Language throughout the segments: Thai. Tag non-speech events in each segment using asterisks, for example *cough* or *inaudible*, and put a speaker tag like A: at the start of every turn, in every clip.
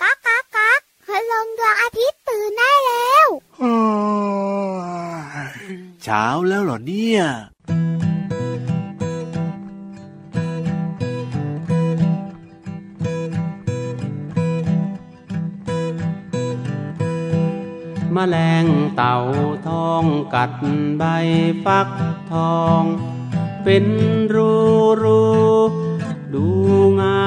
A: ก๊ากก๊ากก๊ากพลงดวงอาทิตย์ตื่นได้แล้ว
B: เช้าแล้วเหรอเนี่ย
C: มแมลงเต่าทองกัดใบฟักทอง เป็นรูรูดูงา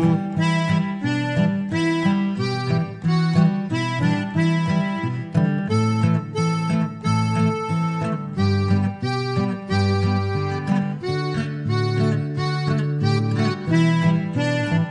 C: ม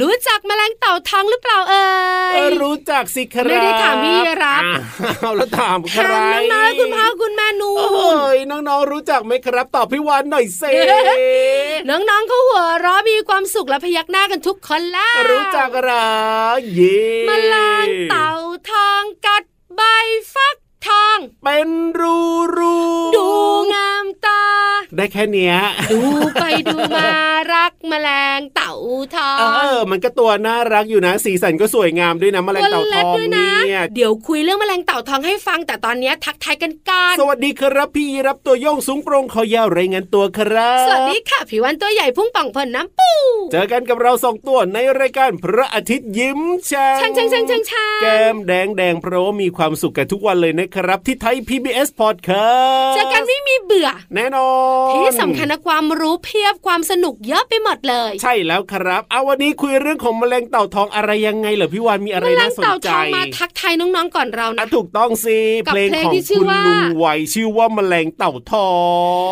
D: รู้จักแมลงเต่าทองหรือเปล่าเอ่ย
E: รู้จักสิครับ
D: ไม่ได้ถามพี่รับ
E: อ้าวแล้วถามใค
D: ถารมน้องๆคุณพ่อคุณแม่นู
E: โอ้ยน้องๆรู้จักไหมครับ ตอบพี่วานหน่อยเซ
D: *laughs* น้องๆเขาหัวเราะมีความสุขและพยักหน้ากันทุกคนแล้ว
E: รู้จักเหรอเย่
D: แมลงเต่าทองกัดใบฟักทอง
E: เป็นรูรู
D: ดูงามตา
E: ได้แค่เนี้ย
D: ดูไปดูมารักแมลงเต่าทอ
E: เองอ มันก็ตัวน่ารักอยู่นะ สีสันก็สวยงามด้วยนะแมลงเต่าท
D: ล็ก
E: อง
D: ด้วยนะ
E: เนี่ย
D: เดี๋ยวคุยเรื่องแมลงเต่าทองให้ฟังแต่ตอนเนี้ยทักทายกันก่อน
E: *laughs* สวัสดีครับพี่รับตัวโยงสูงโปรงคอยาวรายงานตัวครับ
D: สวัสดีค่ะผิววันตัวใหญ่พุ่งป่องพนน้ำปู
E: เจอกันกับเราสองตัวในรายการพระอาทิตย์ยิ้มช่าง
D: ช่างช่างช่างช่างช่าง
E: แก้มแดงแดงเพราะว่ามีความสุขกันทุกวันเลยนะครับ ที่ไทย PBS Podcast
D: เจอกันไม่มีเบื่อ
E: แน่นอน
D: ที่สำคัญนะความรู้เพียบความสนุกเยอะไปหมดเลย
E: ใช่แล้วครับเอาวันนี้คุยเรื่องของแมลงเต่าทองอะไรยังไงเหรอพี่วานมีอะไร
D: แมล
E: น่าง สน
D: เต่า
E: ใจ
D: ทองมาทักทายน้องๆก่อนเรา
E: อ่ะ
D: นะ
E: ถูกต้องสิ
D: กับ
E: เพลง
D: เพลง
E: ของ
D: ที่ชื่อ
E: คุณ
D: ว่า
E: ลุงไวชื่อว่าแมลงเต่าทอ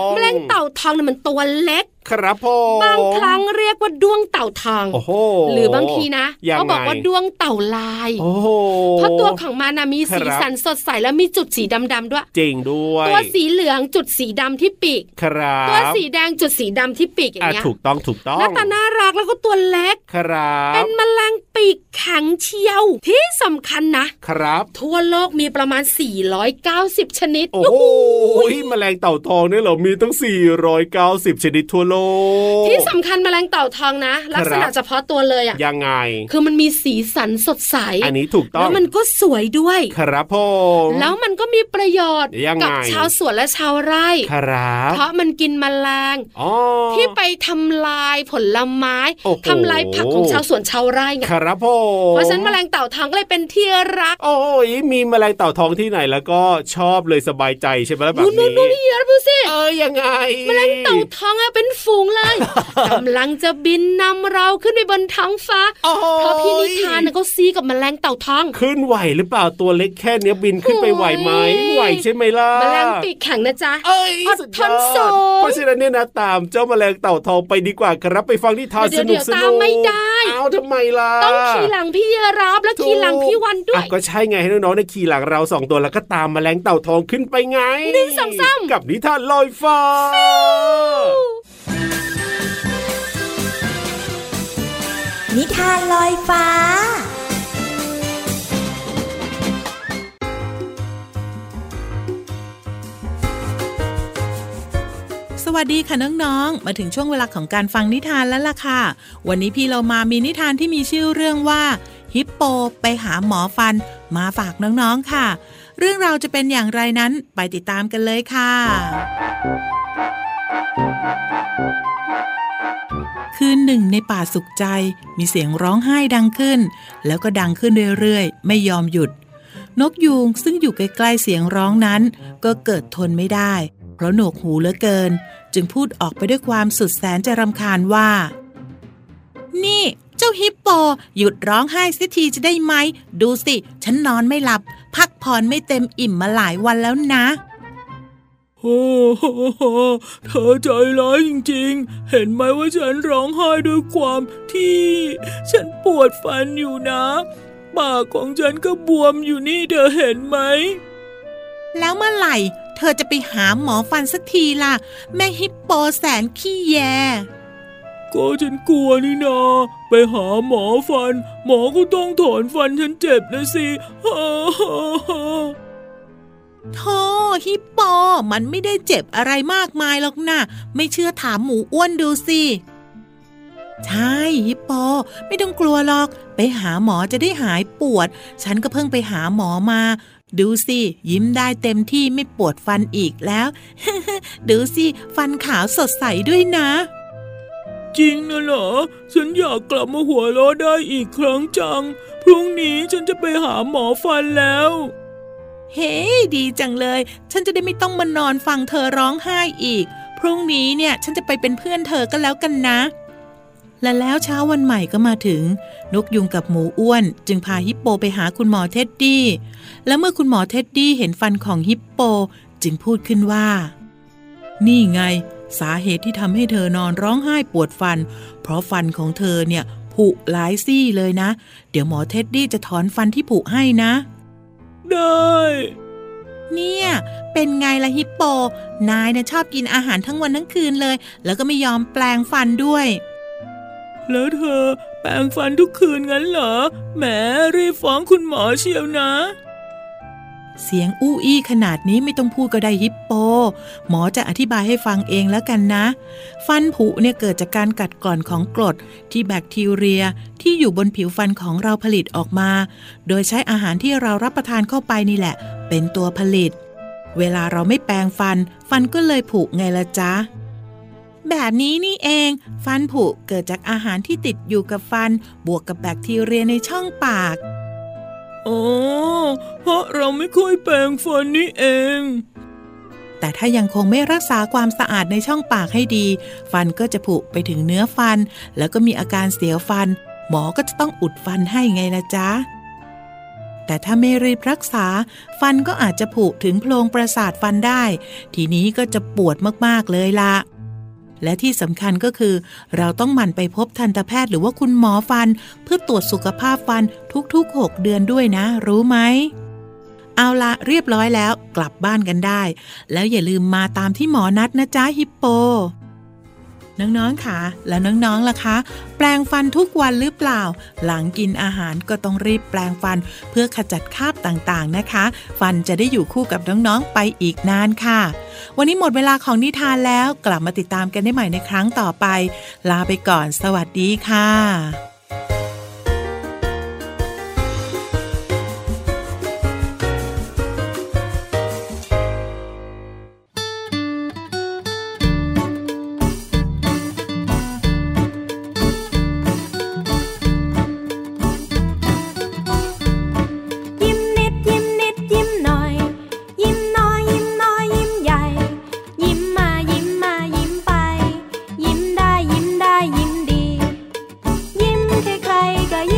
E: ง
D: แมลงเต่าทองเนี่ยมันตัวเล็ก
E: ครับผม
D: บางครั้งเรียกว่าด้วงเต่าทอง
E: โอ้โห
D: หรือบางทีนะ
E: ยัง
D: เขาบอก
E: ไง
D: ว่าด้วงเต่าลาย
E: โอ้โห
D: เพราะตัวของมันนะมีสี
E: ครับ
D: สันสดใสและมีจุดสีดำๆด้วย
E: เจ๋งด้วย
D: ตัวสีเหลืองจุดสีดำที่ปีก
E: ครับ
D: ตัวสีแดงจุดสีดำที่ปีกอย่าง
E: อ่ะ
D: เงี้ย
E: ถูกต้องถูกต้อง
D: หน้าตาน่ารักแล้วก็ตัวเล็ก
E: ครับ
D: เป็นแมลงปีกแข็งเชียว ที่สำคัญนะ
E: ครับ
D: ทั่วโลกมีประมาณ 490 ชนิด
E: โอ้โหแมลงเต่าทองเนี่ยเหรอมีตั้ง 490 ชนิดทั่วโลก
D: ที่สำคัญแมลงเต่าทองนะ ลักษณะ
E: ครับ
D: เฉพาะตัวเลยอะ่ะ
E: ยังไง
D: คือมันมีสีสันสดใส
E: อันนี้ถูกต้อ
D: แล้
E: ง
D: วมันก็สวยด้วย
E: ครับผม
D: แล้วมันก็มีประโยชน์
E: ยังไง
D: กัชาวสวนและชาวไร่
E: ครับ
D: เพราะมันกินแมลง
E: อ๋อ
D: ที่ไปทำลายผลไม้
E: โอ้โห
D: ทำลายผักของชาวสวนชาวไร่ไง
E: ครับผม
D: เพราะฉะนั้นแมลงเต่าทองก็เลยเป็นที่รัก
E: โอ้ยมีแมลงเต่าทองที่ไหนแล้วก็ชอบเลยสบายใจใช่ไหมล่ะแบบ
D: นู่นนู่นนู่น
E: นี้
D: นี่เยอะดูสิ
E: เออยังไง
D: แมลงเต่าทองอะเป็นฝูงเลยกำลังจะบินนำเราขึ้นไปบนท้องฟ้า
E: โอ้ย
D: เพราะพี่นิทานน่ะเขาซีกับแมลงเต่าทอง
E: ขึ้นไหวหรือเปล่าตัวเล็กแค่เนี้ยบินขึ้นไปไหวไหม
D: โอ้ย
E: ไหวใช่ไหมล่ะ
D: แมลงปีกแข็งนะจ๊ะ
E: เอ้ย
D: อด
E: สุด
D: ท
E: ยอน ด
D: สูง
E: เพราะฉะนั้นเนี่ยนะตามเจ้าแมลงเต่าทองไปดีกว่าครับไปฟังนิทานส
D: เดี๋ยว
E: นุ
D: เดี๋
E: ก
D: ยว
E: ส
D: ตา
E: นุ
D: ม
E: ก
D: ไม่ได้
E: เอาทำไมล่ะ
D: ต้องขี่หลังพี่เยรับและขี่หลังพี่วันด้วย
E: อ่ะก็ใช่ไงให้น้องๆเนี่ยขี่หลังเราสองตัวแล้วก็ตามแมลงเต่าทองขึ้นไปไง
D: หนึ่งสองสาม
E: กับนิทานลอยฟ้า
F: นิทานลอยฟ้า
G: สวัสดีค่ะน้องๆ มาถึงช่วงเวลาของการฟังนิทานแล้วล่ะค่ะ วันนี้พี่เรามามีนิทานที่มีชื่อเรื่องว่า ฮิปโปไปหาหมอฟันมาฝากน้องๆค่ะ เรื่องเราวจะเป็นอย่างไรนั้นไปติดตามกันเลยค่ะ คืนหนึ่งในป่าสุขใจ มีเสียงร้องไห้ดังขึ้น แล้วก็ดังขึ้นเรื่อยๆ ไม่ยอมหยุด นกยูงซึ่งอยู่ใกล้ๆเสียงร้องนั้น ก็เกิดทนไม่ได้ เพราะหนวกหูเหลือเกิน จึงพูดออกไปด้วยความสุดแสนจะรำคาญว่า นี่ เจ้าฮิปโป หยุดร้องไห้สักทีจะได้ไหม ดูสิ ฉันนอนไม่หลับ พักผ่อนไม่เต็มอิ่มมาหลายวันแล้วนะ
B: โอ้โหเธอใจร้ายจริงๆ เห็นไหมว่าฉันร้องไห้ด้วยความที่ ฉันปวดฟันอยู่นะ ปากของฉันก็บวมอยู่นี่เธอเห็นไหม
G: แล้วเมื่อไหร่ เธอจะไปหาหมอฟันสักทีล่ะ แม่ฮิปโปแสนขี้แย
B: ก็ฉันกลัวนี่นา ไปหาหมอฟัน หมอก็ต้องถอนฟันฉันเจ็บนะสิ *laughs* ฮ่าฮ่าฮ่า
G: โธ่ฮิปโป มันไม่ได้เจ็บอะไรมากมายหรอกนะ ไม่เชื่อถามหมูอ้วนดูสิ ใช่ฮิปโป ไม่ต้องกลัวหรอก ไปหาหมอจะได้หายปวด ฉันก็เพิ่งไปหาหมอมา ดูสิ ยิ้มได้เต็มที่ไม่ปวดฟันอีกแล้ว *laughs* ดูสิ ฟันขาวสดใสด้วยนะ
B: จริงนะเหรอ ฉันอยากกลับมาหัวเราะได้อีกครั้งจัง พรุ่งนี้ฉันจะไปหาหมอฟันแล้ว
G: เฮ้ดีจังเลย ฉันจะได้ไม่ต้องมานอนฟังเธอร้องไห้อีก พรุ่งนี้เนี่ยฉันจะไปเป็นเพื่อนเธอก็แล้วกันนะ และแล้วเช้าวันใหม่ก็มาถึง นกยุงกับหมูอ้วน จึงพาฮิปโปไปหาคุณหมอเท็ดดี้ และเมื่อคุณหมอเท็ดดี้เห็นฟันของฮิปโป จึงพูดขึ้นว่า นี่ไง สาเหตุที่ทำให้เธอนอนร้องไห้ปวดฟัน เพราะฟันของเธอเนี่ยผุหลายซี่เลยนะ เดี๋ยวหมอเท็ดดี้จะถอนฟันที่ผุให้นะ
B: ได้
G: เนี่ย เป็นไงล่ะฮิปโป นายเนี่ยชอบกินอาหารทั้งวันทั้งคืนเลย แล้วก็ไม่ยอมแปลงฟันด้วย
B: แล้วเธอ แปรงฟันทุกคืนงั้นเหรอ แหมรีบฟ้องคุณหมอเชียวนะ
G: เสียงอู้อี้ขนาดนี้ไม่ต้องพูดก็ได้ฮิปโป หมอจะอธิบายให้ฟังเองแล้วกันนะ ฟันผุเนี่ยเกิดจากการกัดกร่อนของกรดที่แบคทีเรียที่อยู่บนผิวฟันของเราผลิตออกมา โดยใช้อาหารที่เรารับประทานเข้าไปนี่แหละ เป็นตัวผลิต เวลาเราไม่แปรงฟัน ฟันก็เลยผุไงละจ๊ะ แบบนี้นี่เอง ฟันผุเกิดจากอาหารที่ติดอยู่กับฟัน บวกกับแบคทีเรียในช่องปาก
B: อ๋อ เพราะเราไม่ค่อยแปรงฟันนี่เอง
G: แต่ถ้ายังคงไม่รักษาความสะอาดในช่องปากให้ดี ฟันก็จะผุไปถึงเนื้อฟัน แล้วก็มีอาการเสียวฟัน หมอก็จะต้องอุดฟันให้ไงละจ๊ะ แต่ถ้าไม่รีบรักษา ฟันก็อาจจะผุถึงโพรงประสาทฟันได้ ทีนี้ก็จะปวดมากๆเลยละและที่สำคัญก็คือ เราต้องหมั่นไปพบทันตแพทย์หรือว่าคุณหมอฟัน เพื่อตรวจสุขภาพฟันทุกๆ 6 เดือนด้วยนะ รู้ไหม เอาละเรียบร้อยแล้วกลับบ้านกันได้ แล้วอย่าลืมมาตามที่หมอนัดนะจ๊ะฮิปโป น้องๆค่ะ แล้วน้องๆล่ะคะ แปลงฟันทุกวันหรือเปล่า หลังกินอาหารก็ต้องรีบแปลงฟัน เพื่อขจัดคราบต่างๆนะคะ ฟันจะได้อยู่คู่กับน้องๆไปอีกนานค่ะ วันนี้หมดเวลาของนิทานแล้วกลับมาติดตามกันได้ใหม่ในครั้งต่อไป ลาไปก่อน สวัสดีค่ะ
H: ยิ้มนิดยิ้มนิดยิ้มหน่อย ยิ้มน้อยยิ้มน้อยยิ้มใหญ่ ยิ้มมายิ้มมายิ้มไป ยิ้มได้ยิ้มได้ยิ้มดี ยิ้ม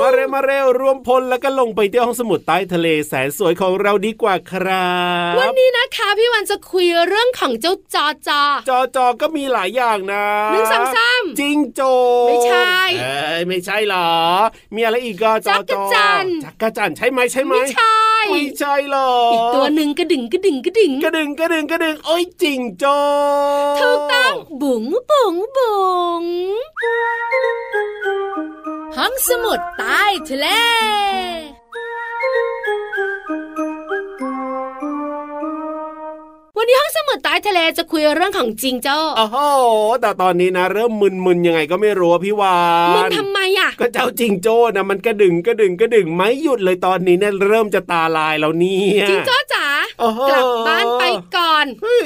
E: มาเร็วรวมพลแล้วก็ลงไปที่ห้องสมุดใต้ทะเลแสนสวยของเราดีกว่าครั
D: วัน
E: บ
D: นี้นะคะพี่วันจะคุยเรื่องของเจ้าจอจอ
E: จอจอก็มีหลายอย่างนะ
D: หนึ่งสองสาม
E: จิงโจ
D: ไม่ใช่
E: เอ้ยไม่ใช่หรอ มีอะไรอีกก็จอ
D: จักรจันทร์
E: จักรจันทร์ใช่ไหมใช่ไหม
D: ไม่ใช่
E: ไม่ใช่หรอ
D: อี
E: อี
D: กตัวหนึ่งกระดึงกระดึงกระดึง
E: กระดึงกระดึงกระดึงโอ้ยจิงโจ
D: ถูกต้องบุ๋งบุ๋งบุ๋งห้องสมุดใต้ทะเล วันนี้ห้องสมุดใต้ทะเลจะคุยเรื่องของจริงเจ้า
E: โอ้โหแต่ตอนนี้นะ เริ่มมึนๆยังไงก็ไม่รู้อะพี่วาน
D: มันทำไมอ่ะ
E: ก็เจ้าจิงโจ้นะมันกระดึงกระดึงกระดึงไม่หยุดเลยตอนนี้เนี่ยเริ่มจะตาลายแล้วเนี่ย
D: จริงเจ้าจ๋า
E: โอ้โห
D: กลับบ้านไปก่อน
E: เฮ้ย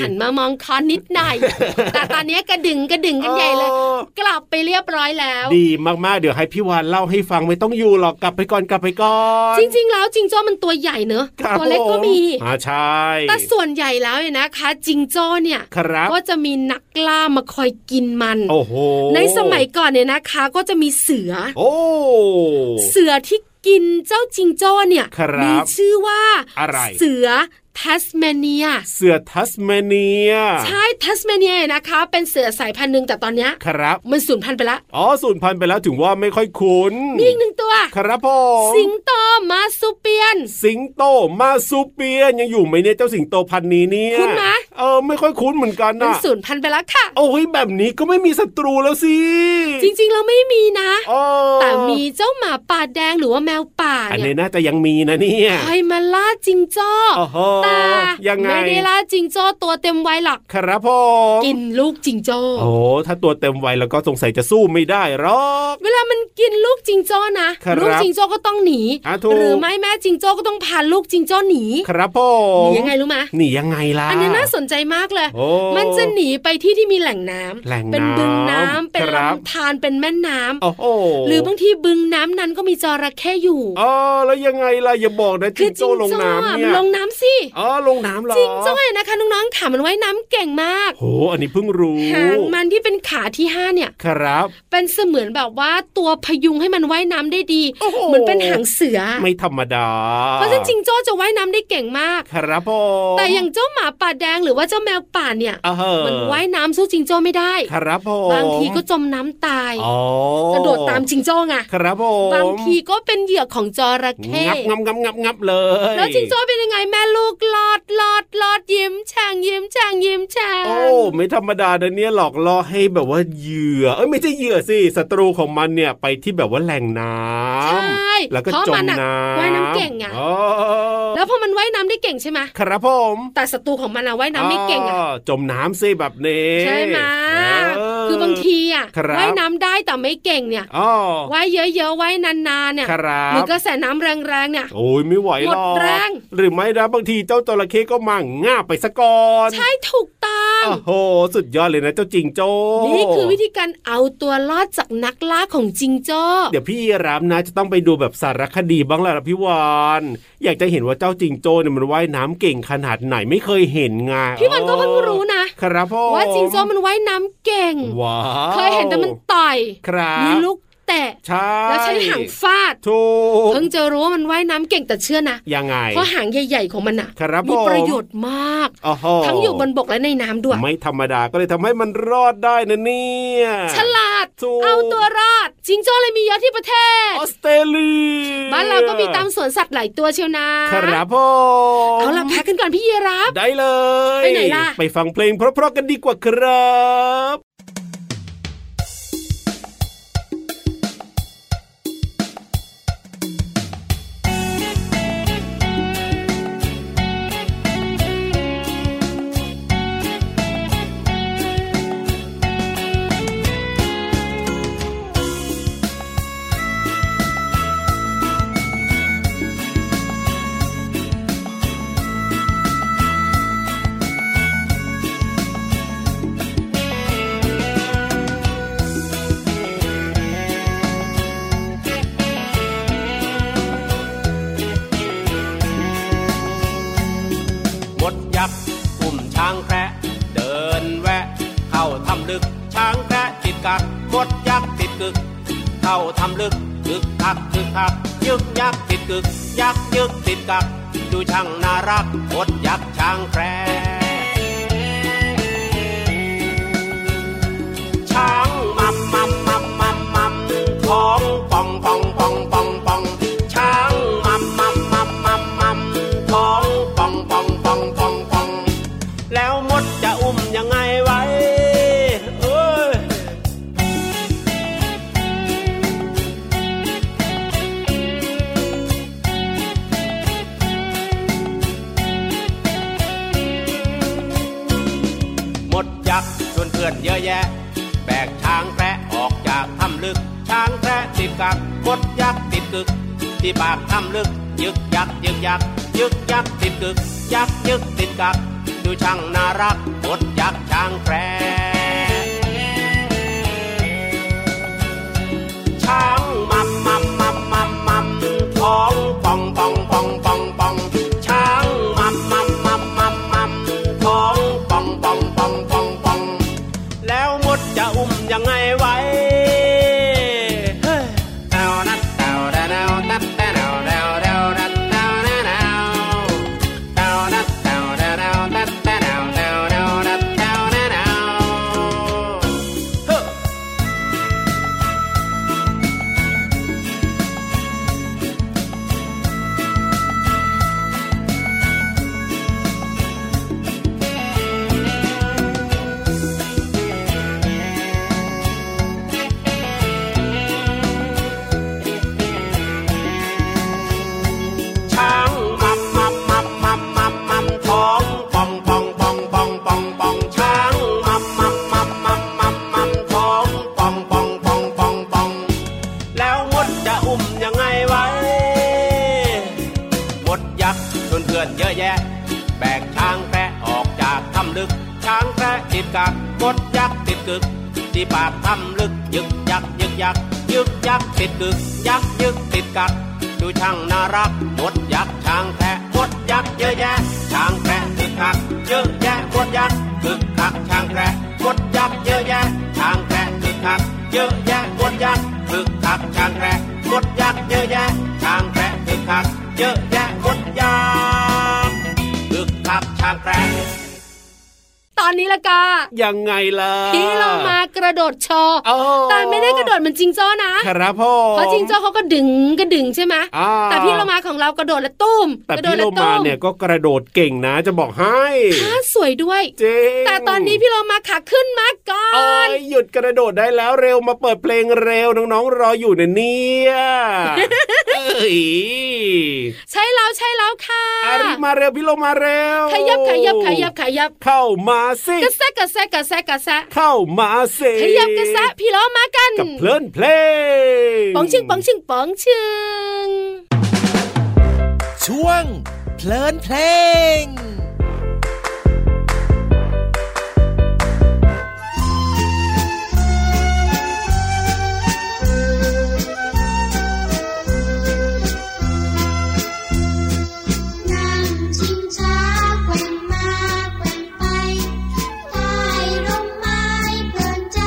D: หันมามองคอนนิดหน่อย
E: *laughs*
D: แต่ตอนนี้กระดึงกระดึงกันใหญ่เลย
E: โอ้
D: กลับไปเรียบร้อยแล้ว
E: ดีมากๆ เดี๋ยวให้พี่วานเล่าให้ฟังไม่ต้องอยู่หรอกกลับไปก่อนกลับไปก่อน
D: จริง ๆ แล้วจิงโจ้มันตัวใหญ่เนอะ
E: ครับ
D: ตัวเล็กก็
E: ผ
D: มี
E: อ่าใช่
D: แต่ส่วนใหญ่แล้วเนี่ยนะคะจิงโจ้เนี่ย
E: ครับ
D: ก็จะมีนักล่ามาคอยกินมัน
E: โอ้โห
D: ในสมัยก่อนเนี่ยนะคะก็จะมีเสือ
E: โอ้
D: เสือที่กินเจ้าจิงโจ้เนี่ย
E: ครับ
D: มีชื่อว่า
E: อะไร
D: เสือทัสเมเนีย
E: เสือทัสเมเนีย
D: ใช่ทัสเมเนียเนี่ยนะคะ เป็นเสือสายพันธุ์หนึ่งแต่ตอนเนี้ย
E: ครับ
D: มันสูญพันธุ์ไปละ
E: อ๋อสูญพันธุ์ไปแล้วถึงว่าไม่ค่อยคุ้น
D: มีอีกหนึ่งตัว
E: ครับผม
D: สิงโตมาสุเปียน
E: สิงโตมาซูเปียนยังอยู่ไหมเนี่ยเจ้าสิงโตพันธุ์นี้เนี่ย
D: คุ้นไหม
E: เออไม่ค่อยคุ้นเหมือนกัน
D: มัน
E: นะ
D: สูญพันธุ์ไปแล้วค่ะ
E: โอ้ยแบบนี้ก็ไม่มีศัตรูแล้วสิ
D: จริงๆเราไม่มีนะ
E: อ๋อ
D: แต่มีเจ้าหมาป่าแดงหรือว่าแมวป่า
E: อันนี้
D: เนี่ย
E: น่าจะยังมีนะเนี่ย
D: คอยมาล่าจิงโจ้
E: โอ้โห
D: แต่
E: ยังไง
D: ไม่ได้ล่าจิงโจ้ตัวเต็มวัยหรอก
E: ครับผม
D: กินลูกจิงโจ้
E: โอ้โหถ้าตัวเต็มวัยแล้วก็สงสัยจะสู้ไม่ได้หรอก
D: เวลามันกินลูกจิงโจ้นะครับ ลูกจิงโจ้ก็ต้องหนี
E: อ่ะถูก
D: หรือไม่แม่จิงโจ้ก็ต้องพาลูกจิงโจ้หนี
E: ครับผ
D: ห
E: ม
D: นียังไงรู้ไหม
E: หนียังไงล่ะ
D: อันนี้น่าสนใจมากเลย
E: โอ้
D: มันจะหนีไปที่ที่มีแหล่งน้ำ
E: แหล่ง
D: เป็นบึงน้ำ
E: น้ำ
D: เป็น
E: ครับ
D: ลำธารเป็นแม่น้ำ
E: โอ้โห
D: หรือบางทีบึงน้ำนั้นก็มีจระเข้อยู่
E: อ๋อแล้วยังไงล่ะอย่าบอกนะ
D: คื
E: จิ
D: องจริ
E: โจ้
D: ง
E: ลง
D: จ้อ
E: น้ำเนี่ย
D: ลงน้ำสิ
E: อ๋อลงน้ำเหรอ
D: จริงจ้อยนะคะน้องๆขามันว่ายน้ำเก่งมาก
E: โหอันนี้เพิ่งรู้
D: หางมันที่เป็นขาที่ห้าเนี่ย
E: ครับ
D: เป็นเสมือนแบบว่าตัวพยุงให้มันว่ายน้ำได้ดี
E: โอ้โห
D: เหมือนเป็นหางเสือ
E: ไม่ธรรมดา
D: เพราะฉะนั้นจิงโจ้จะว่ายน้ำได้เก่งมาก
E: ครับผม
D: แต่อย่างเจ้าหมาป่าแดงหรือว่าเจ้าแมวป่าเนี่ย
E: อ่าเหอะ
D: มันว่ายน้ำสู้จิงโจ้ไม่ได้
E: ครับผม
D: บางทีก็จมน้ำตาย
E: อ๋อก
D: ระโดดตามจิงโจ้ไง
E: ครับผม
D: บางทีก็เป็นเหยื่อของจระเข้
E: งับงับงับงับงับเลย
D: แล้วจิงโจ้เป็นยังไงแม่ลูกลอดลอดลอดยิ้มแฉ่งยิ้มแฉ่งยิ้มแฉ่ง
E: โอ้ ไม่ธรรมดานะเนี่ยหลอกล่อให้แบบว่าเหยื่อ เอ้ยไม่ใช่เหยื่อสิศัตรูของมันเนี่ยไปที่แบบว่าแหล่งน้
D: ใช
E: ำ
D: ่
E: แล้วก็
D: เพราะ
E: จม
D: มัอะ
E: น้ำ
D: ว่ายน้ำเก่งไง
E: อ๋อ
D: แล้วพอมันว่ายน้ำได้เก่งใช่ไหม
E: ครับผม
D: แต่ศัตรูของมันอะว่ายน้ำไม่เก่งอะ
E: จมน้ำสิแบบนี้
D: ใช่ไหม
E: เ
D: คือบางทีอะ
E: ครับ
D: ว่ายน้ำได้แต่ไม่เก่งเนี่ย
E: อ๋อ
D: ว่ายเยอะๆว่ายนานๆเนี่ย
E: ครับ
D: หรือกระแสน้ำแรงๆเนี่ย
E: โอ้ยไม่ไหว
D: ห
E: ห
D: มด
E: รอก
D: แรง
E: หรือไม่นะบางทีเจ้าจระเข้ก็มั่งง่าบไปซะก่อน
D: ใช่ถูกต้อง
E: โอ้โห สุดยอดเลยนะเจ้าจิงโจ้
D: นี่คือวิธีการเอาตัวรอดจากนักล่าของจิงโจ้
E: เดี๋ยวพี่รามนะจะต้องไปดูแบบสารคดีบ้างแหละล่ะพี่วานอยากจะเห็นว่าเจ้าจิงโจ้เนี่ยมันว่ายน้ำเก่งขนาดไหนไม่เคยเห็นไง
D: พี่วันก็เพิ่งรู้นะ
E: ครับพ่อ
D: ว่าจิงโจ้มันว่ายน้ำเก่ง
E: ว้าว
D: เคยเห็นแต่มันต่อย
E: ครับ
D: มีลูกเตะ
E: ใช่
D: แล้วใช้หางฟาด
E: ถูก
D: เพิ่งจะรู้ว่ามันว่ายน้ำเก่งแต่เชื่อนะ
E: ยังไง
D: เพราะหางใหญ่ ๆ ของมันอ่ะ
E: ครับ
D: มีประ
E: ผม
D: โยชน์มาก
E: โอ้โห
D: ทั้งอยู่บนบกและในน้ำด้วย
E: ไม่ธรรมดาก็เลยทำให้มันรอดได้นะเนี่ย
D: ฉลาด
E: ถูก
D: เอาตัวรอด จิงโจ้เลยมีเยอะที่ประเทศ
E: ออสเตรเลีย
D: บ้านเราก็มีตามสวนสัตว์หลายตัวเชียวนะครับ
E: ผม
D: เอาล่ะพักกันก่อนพี่เยรับ
E: ได้เลย
D: ไปไหนล่ะ
E: ไปฟังเพลงเพราะๆกันดีกว่าครับ
I: มดยักษ์อุ้มช้างแคระเดินแวะ เข้าทำลึกช้างแคระติดกักมดยักษ์ติดกึก เข้าทำลึกยึกคักยึกคักยึกยักติดกึก ยักยึกติดกัก ดูช่างน่ารักอดยักษ์ช้างแครช้างมัมมัมมัมมัมมัมท้องป่องป่องป่องป่องป่องช้างมัมมัมมัมมัมมัมท้องป่องป่องป่องป่องป่อง แล้วมดจะอุ้มยังไงไว้เอ้ย หมดยักษ์ชวนเพื่อนเยอะแยะ แบกช้างแพะออกจากถ้ำลึก ช้างแพะติดกักหมดยักษ์ติดกึก ที่ปากถ้ำลึก ยึกยักยึกยักยึกยักติดกึก ยักยึกติดกัก ดูช่างน่ารักหมดยักษ์ช้างแพะช้างมัมมัมมัมมัมมัมท้องป่องป่องป่องป่องป่องช้างมัมมัมมัมมัมมัมท้องป่องป่องป่องป่องป่องแล้วมดจะอุ้มยังไงไว้เฮ้ยแต้วนัดแต้วแต้วแต้วนัดแต้วแต้วแต้วนัดแต้วแต้วแต้วแต้วนัดแต้วแต้วแต้วนัดแต้วแต้วแต้วแต้วนัดแต้วแต้วแต้วเฮ้อ ช้างมัมมัมมัมมัมมัมมัมท้องป่องป่องป่องป่องป่องป่องช้างมัมมัมมัมมัมมัมมัมท้องป่องป่องป่องป่องป่องแล้วมดจะอุ้มยังไงไว้มดยักษ์ชวนเพื่อนเยอะแยะ แบกช้างแพะออกจากถ้ำลึก ช้างแพะติดกักมดยักษ์ติดกึก ที่ปากถ้ำลึกยึกยักยึกยักยึกยักติดกึก ยักยึกติดกัก ดูช่างน่ารักมดยักษ์ช้างแพะมดยักษ์เยอะแยะ ช้างแพะคึกคักเยอะแยะมดยักษ์คึกคักช้างแพะมดยักษ์เยอะแยะ ช้างแพะคึกคักเยอะแยะมดยักษ์คึกคักช้างแพะมดยักษ์เยอะแยะ ช้างแพะคึกคักเยอะแยะมดยักษ์คึกคักช้างแพะ
D: ตอนนี้ละกา
E: ยังไงล่ะ
D: พี่เรามากระโดดโชว์
E: โอ้
D: แต่ไม่ได้กระโดดเหมือนจิงโจ้นะ
E: ครับพ่อ
D: เพราะจิงโจ้เขาก็ดึงก็ดึงใช่ไหม
E: อ่า
D: แต่พี่เรามาของเรากระโดดและตุ้ม
E: แต่
D: กระโด
E: พี่โล
D: ดและ
E: มา
D: ตุ้ม
E: เนี่ยก็กระโดดเก่งนะจะบอกให้
D: ขาสวยด้วย
E: เจ๊
D: แต่ตอนนี้พี่เรามาขาขึ้นมาก่อ
E: เอ้
D: น
E: ยหยุดกระโดดได้แล้วเร็วมาเปิดเพลงเร็วน้องๆรออยู่นะเนี่ยเอ้ย
D: ใช่แล้วใช่แล้วค่ะ
E: อารีบมาเร็วพี่โลมาเร็ว
D: ขยับขยับขยับขยับ
E: เข้ามาสิ
D: กระแซะกระแซะกระแซะกระแซะ
E: เข้ามาสิ
D: ขยับกระแซะพี่เรามากัน
E: กับเพลินเพลง
D: ปองชิงปองชิงปองชิง
A: ช่วง เพลินเพลง
J: นั่งชิงช้าแกว่งมาแกว่งไปใต้ร่มไม้เพลินใจ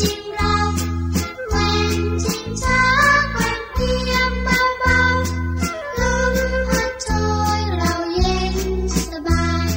J: จริงเราแกว่งชิงช้าแกว่งเทียมเบาๆลมพัดโชยเราเย็นสบาย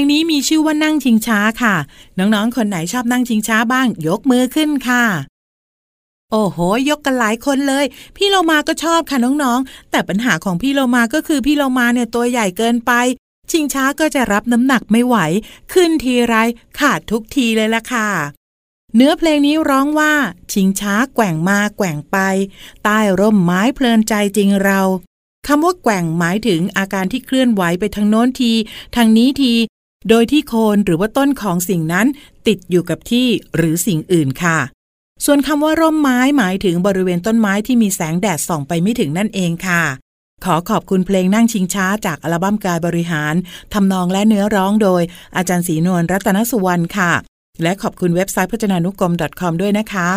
G: งนี้มีชื่อว่านั่งชิงช้าค่ะ น้องๆ คนไหนชอบนั่งชิงช้าบ้าง ยกมือขึ้นค่ะ โอ้โห ยกกันหลายคนเลย พี่เรามาก็ชอบค่ะน้องๆ แต่ปัญหาของพี่เรามาก็คือพี่เรามาเนี่ยตัวใหญ่เกินไป ชิงช้าก็จะรับน้ำหนักไม่ไหว ขึ้นทีไรขาดทุกทีเลยล่ะค่ะ เนื้อเพลงนี้ร้องว่า ชิงช้าแกว่งมาแกว่งไป ใต้ร่มไม้เพลินใจจริงเรา คำว่าแกว่งหมายถึงอาการที่เคลื่อนไหวไปทางโน้นที ทางนี้ที โดยที่โคนหรือว่าต้นของสิ่งนั้น ติดอยู่กับที่หรือสิ่งอื่นค่ะ ส่วนคำว่าร่มไม้หมายถึงบริเวณต้นไม้ที่มีแสงแดดส่องไปไม่ถึงนั่นเองค่ะ ขอขอบคุณเพลงนั่งชิงช้าจากอัลบั้มกายบริหารทำนองและเนื้อร้องโดย อาจารย์ศรีนวลรัตนสุวรรณค่ะ และขอบคุณเว็บไซต์พจนานุกรม .com ด้วยนะคะ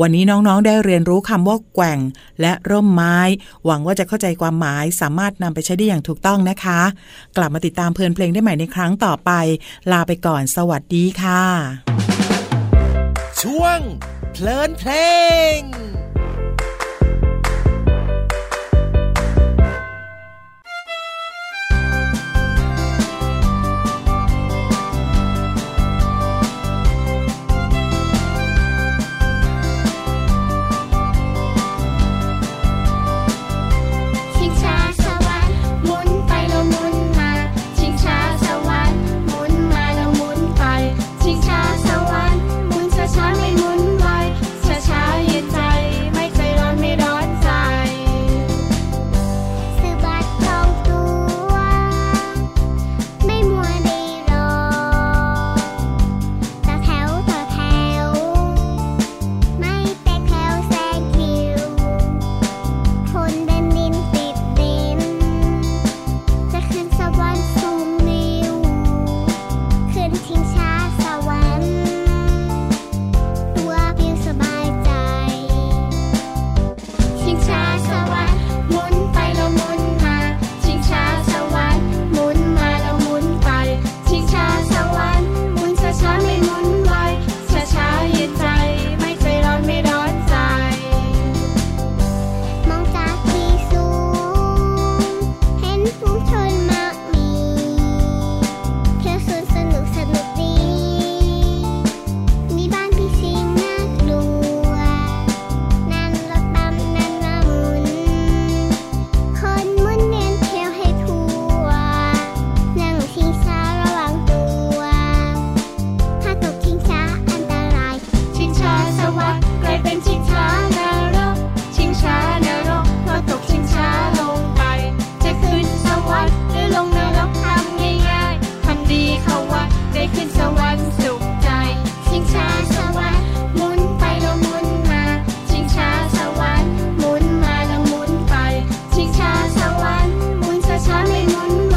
G: วันนี้น้องๆได้เรียนรู้คำว่าแกว่ง และร่มไม้ หวังว่าจะเข้าใจความหมายสามารถนำไปใช้ได้อย่างถูกต้องนะคะ กลับมาติดตามเพลินเพลงได้ใหม่ในครั้งต่อไป ลาไปก่อน สวัสดีค่ะ
A: ช่วง เพลินเพลง
J: ชิงช้าสวรรค์หมุนไปแล้วหมุนมา ชิงช้าสวรรค์หมุนมาแล้วหมุนไป ชิงช้าสวรรค์หมุนช้าช้าๆไม่หมุนไวช้าช้าๆเย็นใจ ไม่เคยร้อนไม่ร้อนใจ สะบัดทองตัว ไม่มัวไม่รอ ต่อแถวต่อแถว ไม่แตกแถวแซงคิว คนเดินดินติดดิน จะขึ้นสวรรค์สูงนิวขึ้นทิ้งช้าสวรรค์ ตัวปิวสบายใจ ชิงช้าสวรรค์หมุนไปแล้วหมุนมา ชิงช้าสวรรค์หมุนมาแล้วหมุนไป ชิงช้าสวรรค์หมุนช้าช้าๆไม่หมุนไวช้าช้าๆเย็นใจ ไม่ใจร้อนไม่ร้อนใจ มองจากที่สูง เห็นฝูงชนมากมีเที่ยวสวนสนุกสนุกดี มีบ้านพี่สิงน่ากลัว นั่งรถบัมนั่งละมุน คนหมุนเวียนเที่ยวให้ทั่ว นั่งชิงช้าระวังตัว ถ้าตกชิงช้าอันตราย ชิงช้าสวัสดิ์กลายเป็นชิงช้านรก ชิงช้านรกเพราะตกชิงช้าลงไป จะขึ้นสวรรค์หรือลงนรกทำง่ายๆทำดีเข้าวัดได้ขึ้นสวรรค์สุขใจ ชิงช้าสวรรค์หมุนไปแล้วหมุนมา ชิงช้าสวรรค์หมุนมาแล้วหมุนไป ชิงช้าสวรรค์หมุนช้าๆไม่หมุนไว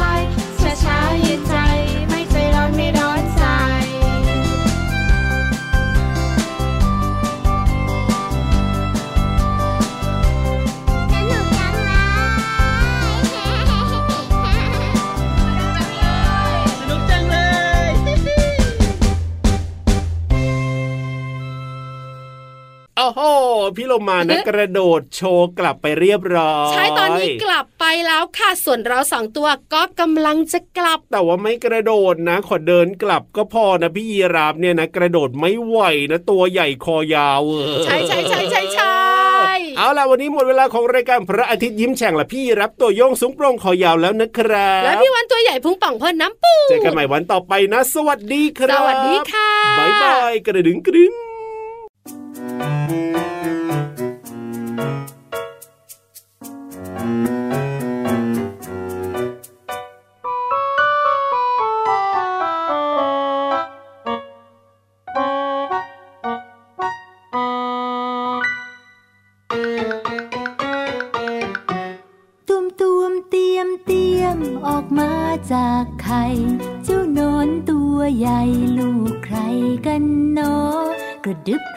J: ช้าๆเย็นใจ ไม่ใจร้อนไม่ร้อนใจ สนุกจังเลย สนุกจังเลย
E: โอ้โหพี่โลมานะ กระโดดโชว์กลับไปเรียบร้อย
D: ใช้ตอนนี้กลับไปแล้วค่ะส่วนเราสองตัวก็กำลังจะกลับ
E: แต่ว่าไม่กระโดดนะ ขอเดินกลับก็พอนะพี่ยีราฟเนี่ยนะ กระโดดไม่ไหวนะตัวใหญ่คอยาวเออ
D: ใช่ใช่ใช่ใช่ใช่
E: เอาล่ะวันนี้หมดเวลาของรายการพระอาทิตย์ยิ้มแฉ่งและพี่รับตัวโยงสูงโปร่งคอยาวแล้วนะครับ
D: แล้วพี่วันตัวใหญ่พุงป่องพ่นน้ำปู
E: เจอกันใหม่วันต่อไปนะ สวัสดีค
D: ส
E: รับ
D: วัสดีค่ะ
E: บายบายกระดึงกระดึง
H: ตุมตุมเตรียมเตรียมออกมาจากไข่ เจ้าหนอนตัวใหญ่ลูกใครกันเนอกระดึบก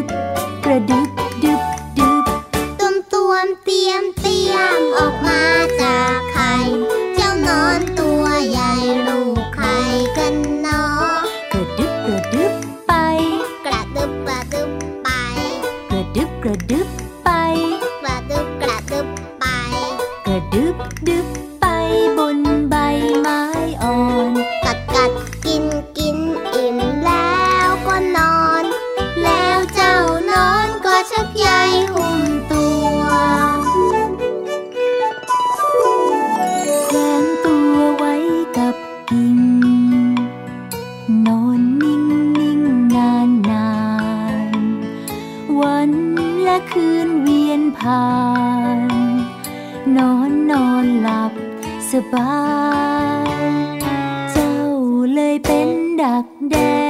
H: ดักแด้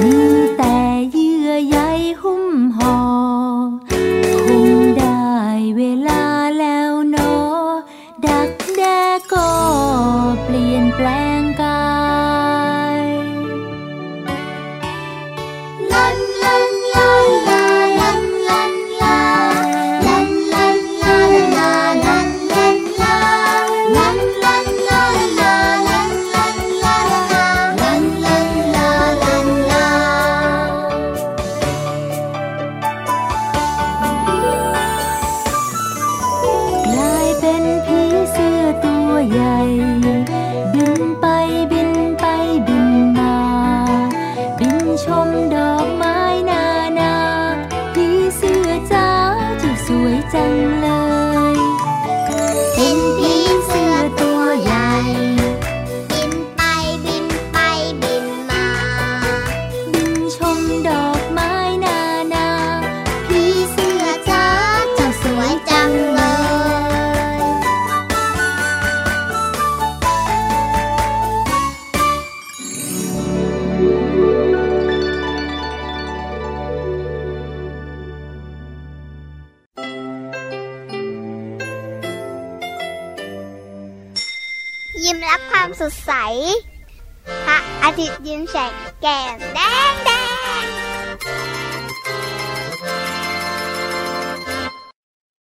H: มีแต่เยื่อใยหุ้มห่อคงได้เวลาแล้วเนอ ดักแด้ก็เปลี่ยนแปลงกาย
K: ลันลันลาลาลันลันลาลันลันลาลาลันลันลาลันลันลาลาลันลันลาลันลันลาลันลา
H: กลายเป็นผีเสื้อตัวใหญ่ บินไปบินไปบินมา บินชมดอกไม้นานาผีเสื้อจ้าเจ้าสวยจังเลย
K: เป็นผีเสื้อตัวใหญ่ บินไปบินไปบินมา
H: บินชมดอกไม้นานา
K: ผีเสื้อจ้าเจ้าสวยจังเลย ยิ้มรับความสดใส พระอาทิตย์ยิ้มแฉกแก้มแดงแด